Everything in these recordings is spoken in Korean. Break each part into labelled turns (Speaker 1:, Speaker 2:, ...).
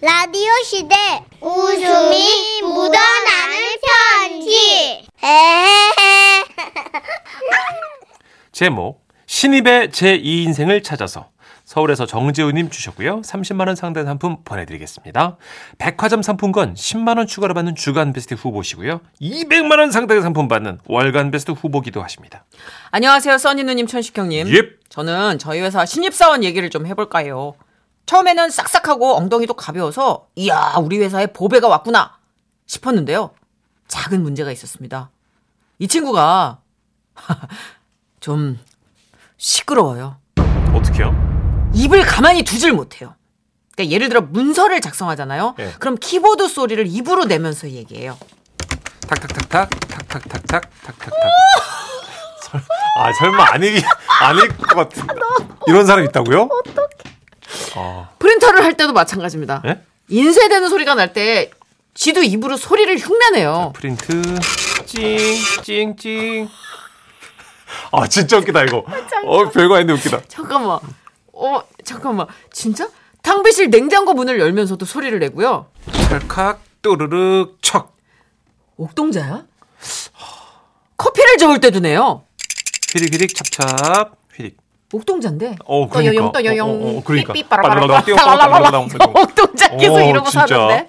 Speaker 1: 라디오 시대
Speaker 2: 웃음이 묻어나는 편지.
Speaker 1: 에헤헤
Speaker 3: 제목 신입의 제2인생을 찾아서 서울에서 정재우님 주셨고요. 30만 원 상당 상품 보내드리겠습니다. 백화점 상품권 10만 원 추가로 받는 주간 베스트 후보시고요. 200만 원 상당의 상품 받는 월간 베스트 후보기도 하십니다.
Speaker 4: 안녕하세요, 써니 누님, 천식 형님.
Speaker 3: 옙.
Speaker 4: 저는 저희 회사 신입사원 얘기를 좀 해볼까요? 처음에는 싹싹하고 엉덩이도 가벼워서 이야 우리 회사에 보배가 왔구나 싶었는데요. 작은 문제가 있었습니다. 이 친구가 좀 시끄러워요.
Speaker 3: 어떻게요?
Speaker 4: 입을 가만히 두질 못해요. 그러니까 예를 들어 문서를 작성하잖아요.
Speaker 3: 예.
Speaker 4: 그럼 키보드 소리를 입으로 내면서 얘기해요.
Speaker 3: 탁탁탁탁 탁탁탁탁 탁탁탁. 설- 아 설마 아니 아닐 것 같은. 이런 사람 있다고요? 어떡해. 아,
Speaker 4: 프린터를 할 때도 마찬가지입니다.
Speaker 3: 예?
Speaker 4: 인쇄되는 소리가 날 때 지도 입으로 소리를 흉내내요.
Speaker 3: 프린트 찡찡찡 아 진짜 웃기다 이거 어 별거 아닌데 웃기다
Speaker 4: 잠깐만. 어, 잠깐만. 진짜? 탕비실 냉장고 문을 열면서도 소리를 내고요.
Speaker 3: 찰칵 또르륵 척
Speaker 4: 옥동자야? 커피를 저을 때도 내요.
Speaker 3: 휘릭 휘릭 찹찹 휘릭
Speaker 4: 옥동자인데.
Speaker 3: 어 그러니까
Speaker 4: 떠여영 떠여영.
Speaker 3: 어, 어, 어, 그러니까
Speaker 4: 삐삐빠라빠라.
Speaker 3: 빠라라라라.
Speaker 4: 옥동자 계속
Speaker 3: 어,
Speaker 4: 이러고
Speaker 3: 진짜.
Speaker 4: 사는데.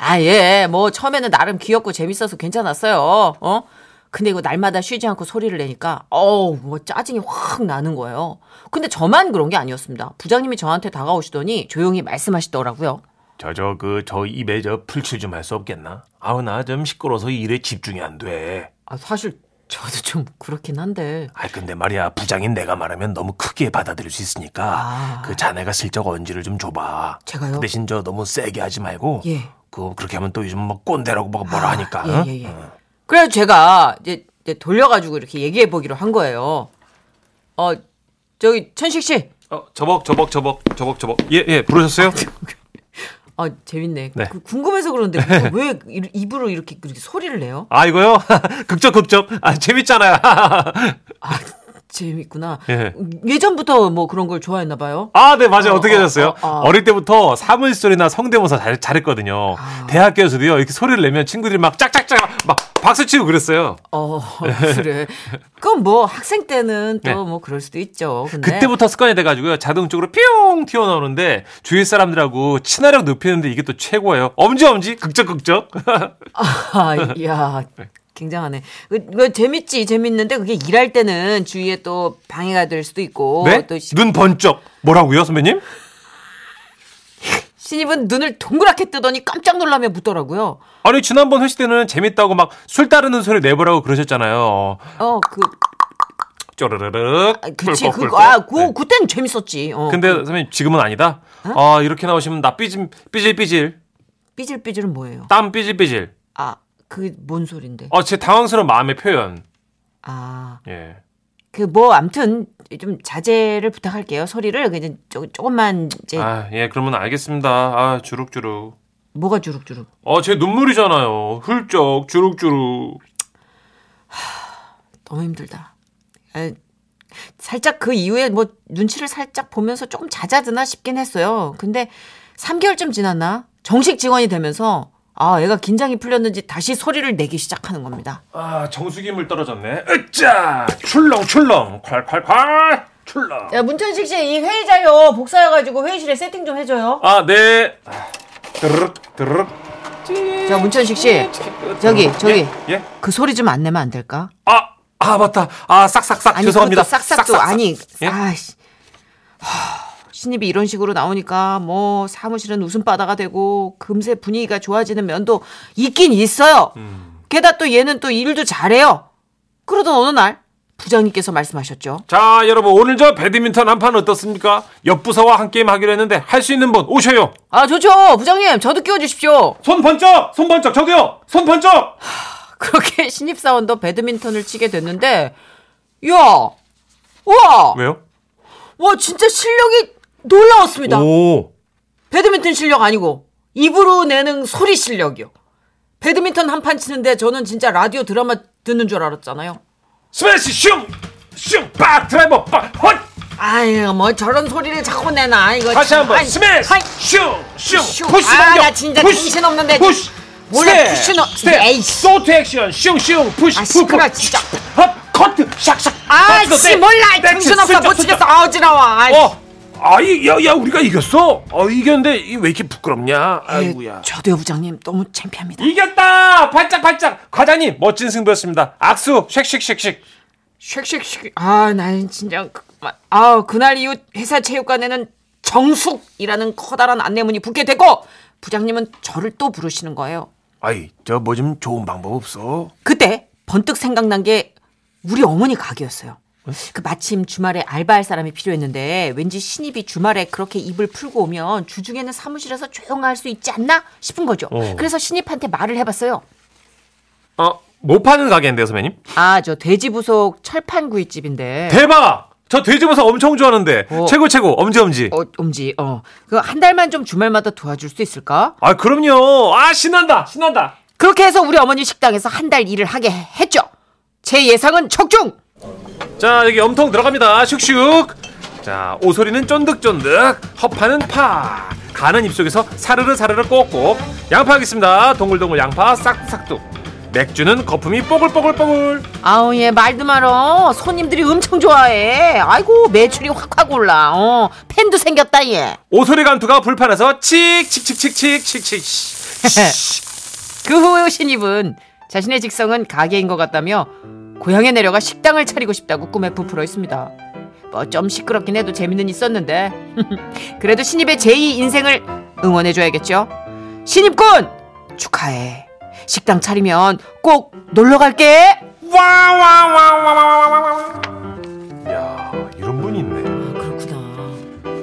Speaker 4: 아, 예. 뭐 처음에는 나름 귀엽고 재밌어서 괜찮았어요. 어? 근데 이거 날마다 쉬지 않고 소리를 내니까 어우 뭐 짜증이 확 나는 거예요. 근데 저만 그런 게 아니었습니다. 부장님이 저한테 다가오시더니 조용히 말씀하시더라고요.
Speaker 3: 저저 그 저 입에 저 풀칠 좀 할 수 없겠나 아우 나 좀 시끄러워서 일에 집중이 안돼
Speaker 4: 아, 사실 저도 좀 그렇긴 한데.
Speaker 3: 아이 근데 말이야 부장인 내가 말하면 너무 크게 받아들일 수 있으니까
Speaker 4: 아.
Speaker 3: 그 자네가 슬쩍 언지를 좀 줘봐
Speaker 4: 제가요?
Speaker 3: 그 대신 저 너무 세게 하지 말고
Speaker 4: 예.
Speaker 3: 그 그렇게 하면 또 요즘 뭐 꼰대라고 뭐 뭐라 하니까
Speaker 4: 아, 예, 예, 예.
Speaker 3: 어.
Speaker 4: 그래서 제가 이제, 이제 돌려가지고 이렇게 얘기해 보기로 한 거예요. 어, 저기 천식 씨,
Speaker 3: 어, 저벅 저벅 저벅 저벅 저벅 예예 부르셨어요?
Speaker 4: 아 재밌네.
Speaker 3: 네.
Speaker 4: 그 궁금해서 그러는데 왜 이- 입으로 이렇게, 이렇게 소리를 내요?
Speaker 3: 아 이거요? 극적 극적 아 재밌잖아요
Speaker 4: 아 재밌구나.
Speaker 3: 예.
Speaker 4: 예전부터 뭐 그런 걸 좋아했나 봐요.
Speaker 3: 아 네 맞아요
Speaker 4: 어,
Speaker 3: 어떻게
Speaker 4: 어,
Speaker 3: 하셨어요?
Speaker 4: 어, 어.
Speaker 3: 어, 릴 때부터 사물 소리나 성대모사 잘, 잘했거든요 대학교에서도요 이렇게 소리를 내면 친구들이 막 짝짝짝 막 박수 치고 그랬어요
Speaker 4: 어 그래. 그건 뭐 학생 때는
Speaker 3: 네.
Speaker 4: 또 뭐 그럴 수도 있죠. 근데
Speaker 3: 그때부터 습관이 돼가지고요 자동적으로 뿅 튀어나오는데 주위 사람들하고 친화력 높이는데 이게 또 최고예요 엄지 엄지 극적 극적
Speaker 4: 아, 야, 굉장하네. 그, 그 재밌지, 재밌는데 그게 일할 때는 주위에 또 방해가 될 수도 있고
Speaker 3: 네?
Speaker 4: 어, 또 시-
Speaker 3: 눈 번쩍 뭐라고요 선배님?
Speaker 4: 신입은 눈을 동그랗게 뜨더니 깜짝 놀라며 묻더라고요.
Speaker 3: 아니 지난번 회식 때는 재밌다고 막 술 따르는 소리 내보라고 그러셨잖아요.
Speaker 4: 어, 그,
Speaker 3: 쪼르르륵.
Speaker 4: 아, 그치,
Speaker 3: 꿀꺽꿀꺽.
Speaker 4: 그, 아, 그,
Speaker 3: 네.
Speaker 4: 그땐 재밌었지. 어.
Speaker 3: 근데 선생님 지금은 아니다. 아 이렇게 나오시면 나 삐질 삐질삐질
Speaker 4: 삐질삐질은 뭐예요?
Speaker 3: 땀 삐질삐질.
Speaker 4: 아, 그 뭔 소린데?
Speaker 3: 어 제 당황스러운 마음의 표현.
Speaker 4: 아,
Speaker 3: 예.
Speaker 4: 그 뭐 암튼 좀 자제를 부탁할게요. 소리를 그냥 조, 조금만 이제
Speaker 3: 아예 그러면 알겠습니다. 아 주룩주룩.
Speaker 4: 뭐가 주룩주룩.
Speaker 3: 아, 어제 눈물이잖아요. 훌쩍 주룩주룩.
Speaker 4: 너무 힘들다. 에, 살짝 그 이후에 뭐 눈치를 살짝 보면서 조금 잦아드나 싶긴 했어요. 근데 3개월쯤 지났나? 정식 직원이 되면서 아, 애가 긴장이 풀렸는지 다시 소리를 내기 시작하는 겁니다.
Speaker 3: 아 정수기 물 떨어졌네. 으짜 출렁 출렁 콸콸콸 출렁.
Speaker 4: 야, 문천식 씨, 이 회의자요. 복사해가지고 회의실에 세팅 좀 해줘요.
Speaker 3: 아 네. 아, 드르륵 드르륵.
Speaker 4: 자, 문천식 씨. 저기, 저기.
Speaker 3: 예, 예?
Speaker 4: 그 소리 좀 안 내면 안 될까?
Speaker 3: 아, 아 맞다. 아 싹싹싹 예?
Speaker 4: 아니,
Speaker 3: 죄송합니다.
Speaker 4: 그것도 싹싹도 아니. 아씨. 신입이 이런 식으로 나오니까 뭐 사무실은 웃음바다가 되고 금세 분위기가 좋아지는 면도 있긴 있어요. 게다가 또 얘는 또 일도 잘해요. 그러던 어느 날 부장님께서 말씀하셨죠.
Speaker 3: 자 여러분 오늘 저 배드민턴 한 판 어떻습니까? 옆 부서와 한 게임 하기로 했는데 할 수 있는 분 오셔요.
Speaker 4: 아 좋죠. 부장님 저도 끼워주십시오.
Speaker 3: 손 번쩍, 손 번쩍 저도요. 손 번쩍.
Speaker 4: 그렇게 신입사원도 배드민턴을 치게 됐는데 야 우와
Speaker 3: 왜요?
Speaker 4: 와 진짜 실력이 놀라웠습니다.
Speaker 3: 오,
Speaker 4: 배드민턴 실력 아니고 입으로 내는 소리 실력이요. 배드민턴 한 판 치는데 저는 진짜 라디오 드라마 듣는 줄 알았잖아요.
Speaker 3: 스매시 슝, 슝, 빡 드라이버, 빡 헛,
Speaker 4: 아유 뭐 저런 소리를 자꾸 내나 이거
Speaker 3: 다시
Speaker 4: 참.
Speaker 3: 한번
Speaker 4: 아이,
Speaker 3: 스매시
Speaker 4: 아이,
Speaker 3: 슝슝
Speaker 4: 슈.
Speaker 3: 푸시
Speaker 4: 아,
Speaker 3: 반격
Speaker 4: 나 진짜
Speaker 3: 푸시,
Speaker 4: 정신 없는데.
Speaker 3: 푸시
Speaker 4: 몰라, 푸시는 없-
Speaker 3: 스텝
Speaker 4: 에이, 씨.
Speaker 3: 소트 액션 슝슝 푸시
Speaker 4: 아,
Speaker 3: 푸, 푸.
Speaker 4: 시끄러, 진짜.
Speaker 3: 헛 커트 샥샥
Speaker 4: 아씨 몰라 정신없어 못 치겠어 아, 어지러워 아이,
Speaker 3: 어 아이 야야 우리가 이겼어 어 이겼는데 이 왜 이렇게 부끄럽냐 아이고야
Speaker 4: 예, 저도요 부장님 너무 창피합니다
Speaker 3: 이겼다 반짝반짝 과장님 멋진 승부였습니다 악수 쉑쉑쉑쉑
Speaker 4: 쉑쉑쉑 아난 진짜 그만. 아 그날 이후 회사 체육관에는 정숙이라는 커다란 안내문이 붙게 되고 부장님은 저를 또 부르시는 거예요
Speaker 3: 아이 저 뭐 좀 좋은 방법 없어
Speaker 4: 그때 번뜩 생각난 게 우리 어머니 가게였어요.
Speaker 3: 네?
Speaker 4: 그 마침 주말에 알바할 사람이 필요했는데 왠지 신입이 주말에 그렇게 입을 풀고 오면 주중에는 사무실에서 조용할 수 있지 않나 싶은 거죠.
Speaker 3: 어.
Speaker 4: 그래서 신입한테 말을 해봤어요.
Speaker 3: 어못 뭐 파는 가게인데요 선배님
Speaker 4: 아, 저 돼지 부속 철판 구이집인데.
Speaker 3: 네. 대박 저 돼지버섯 엄청 좋아하는데
Speaker 4: 어.
Speaker 3: 최고 최고 엄지 엄지
Speaker 4: 어, 엄지, 어. 그 한 달만 좀 주말마다 도와줄 수 있을까?
Speaker 3: 아 그럼요 아 신난다 신난다
Speaker 4: 그렇게 해서 우리 어머니 식당에서 한 달 일을 하게 했죠. 제 예상은 적중!
Speaker 3: 자 여기 엄통 들어갑니다 슉슉 자 오소리는 쫀득쫀득 허파는 파 가는 입속에서 사르르 사르르 꼭꼭 양파 하겠습니다 동글동글 양파 싹둑싹둑 맥주는 거품이 뽀글뽀글뽀글
Speaker 4: 아우 얘 말도 말어 손님들이 엄청 좋아해 아이고 매출이 확 확 올라 어 팬도 생겼다 얘 그
Speaker 3: 오소리 간투가 불판에서 칙칙칙칙칙칙칙
Speaker 4: 그 후 신입은 자신의 직성은 가게인 것 같다며 고향에 내려가 식당을 차리고 싶다고 꿈에 부풀어 있습니다 뭐 좀 시끄럽긴 해도 재미는 있었는데 그래도 신입의 제2 인생을 응원해줘야겠죠 신입군 축하해 식당 차리면 꼭 놀러 갈게
Speaker 3: 와와와와와와와와 야 이런 분이 있네
Speaker 4: 아, 그렇구나.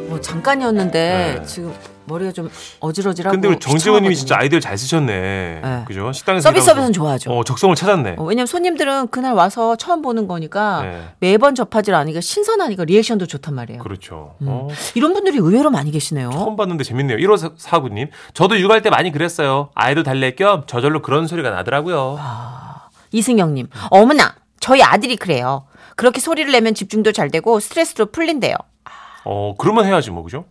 Speaker 4: 뭐 잠깐이었는데
Speaker 3: 네.
Speaker 4: 지금 머리가 좀 어질어질하고.
Speaker 3: 근데 우리
Speaker 4: 시청하거든요.
Speaker 3: 정재원님이 진짜 아이디어 잘 쓰셨네
Speaker 4: 네.
Speaker 3: 그죠 식당에서
Speaker 4: 서비스
Speaker 3: 일하면서.
Speaker 4: 서비스는 좋아하죠.
Speaker 3: 어 적성을 찾았네
Speaker 4: 어, 왜냐면 손님들은 그날 와서 처음 보는 거니까
Speaker 3: 네.
Speaker 4: 매번 접하질 않으니까 신선하니까 리액션도 좋단 말이에요.
Speaker 3: 그렇죠
Speaker 4: 음.
Speaker 3: 어.
Speaker 4: 이런 분들이 의외로 많이 계시네요.
Speaker 3: 처음 봤는데 재밌네요. 1호 사구님. 저도 육아할 때 많이 그랬어요. 아이도 달랠 겸 저절로 그런 소리가 나더라고요.
Speaker 4: 이승영님, 어머나 저희 아들이 그래요. 그렇게 소리를 내면 집중도 잘 되고 스트레스도 풀린대요.
Speaker 3: 어, 그러면 해야지 뭐, 그죠?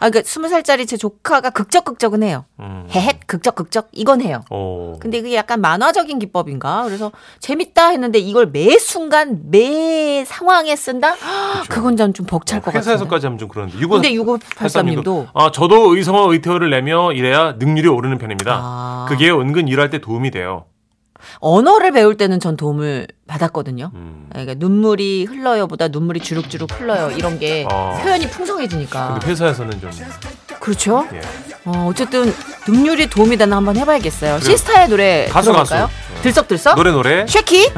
Speaker 4: 아, 그러니까 20살짜리 제 조카가 극적극적은 해요.
Speaker 3: 음.
Speaker 4: 헤헷 극적극적 이건 해요.
Speaker 3: 어.
Speaker 4: 근데 그게 약간 만화적인 기법인가? 그래서 재밌다 했는데 이걸 매 순간 매 상황에 쓴다? 아, 그건 전 좀 벅찰 것 같아요.
Speaker 3: 그렇죠. 어, 회사에서까지 하면 좀 그런데.
Speaker 4: 근데 6583님도
Speaker 3: 아, 저도 의성어 의태어를 내며 이래야 능률이 오르는 편입니다.
Speaker 4: 아.
Speaker 3: 그게 은근 일할 때 도움이 돼요.
Speaker 4: 언어를 배울 때는 전 도움을 받았거든요.
Speaker 3: 음.
Speaker 4: 그러니까 눈물이 흘러요보다 눈물이 주룩주룩 흘러요 이런 게
Speaker 3: 아.
Speaker 4: 표현이 풍성해지니까
Speaker 3: 근데 회사에서는 좀
Speaker 4: 그렇죠.
Speaker 3: 예.
Speaker 4: 어, 어쨌든 능률이 도움이 되나 한번 해봐야겠어요. 시스타의 노래
Speaker 3: 가수, 예.
Speaker 4: 들어볼까요?
Speaker 3: 가수.
Speaker 4: 들썩들썩
Speaker 3: 노래 노래
Speaker 4: 쉐키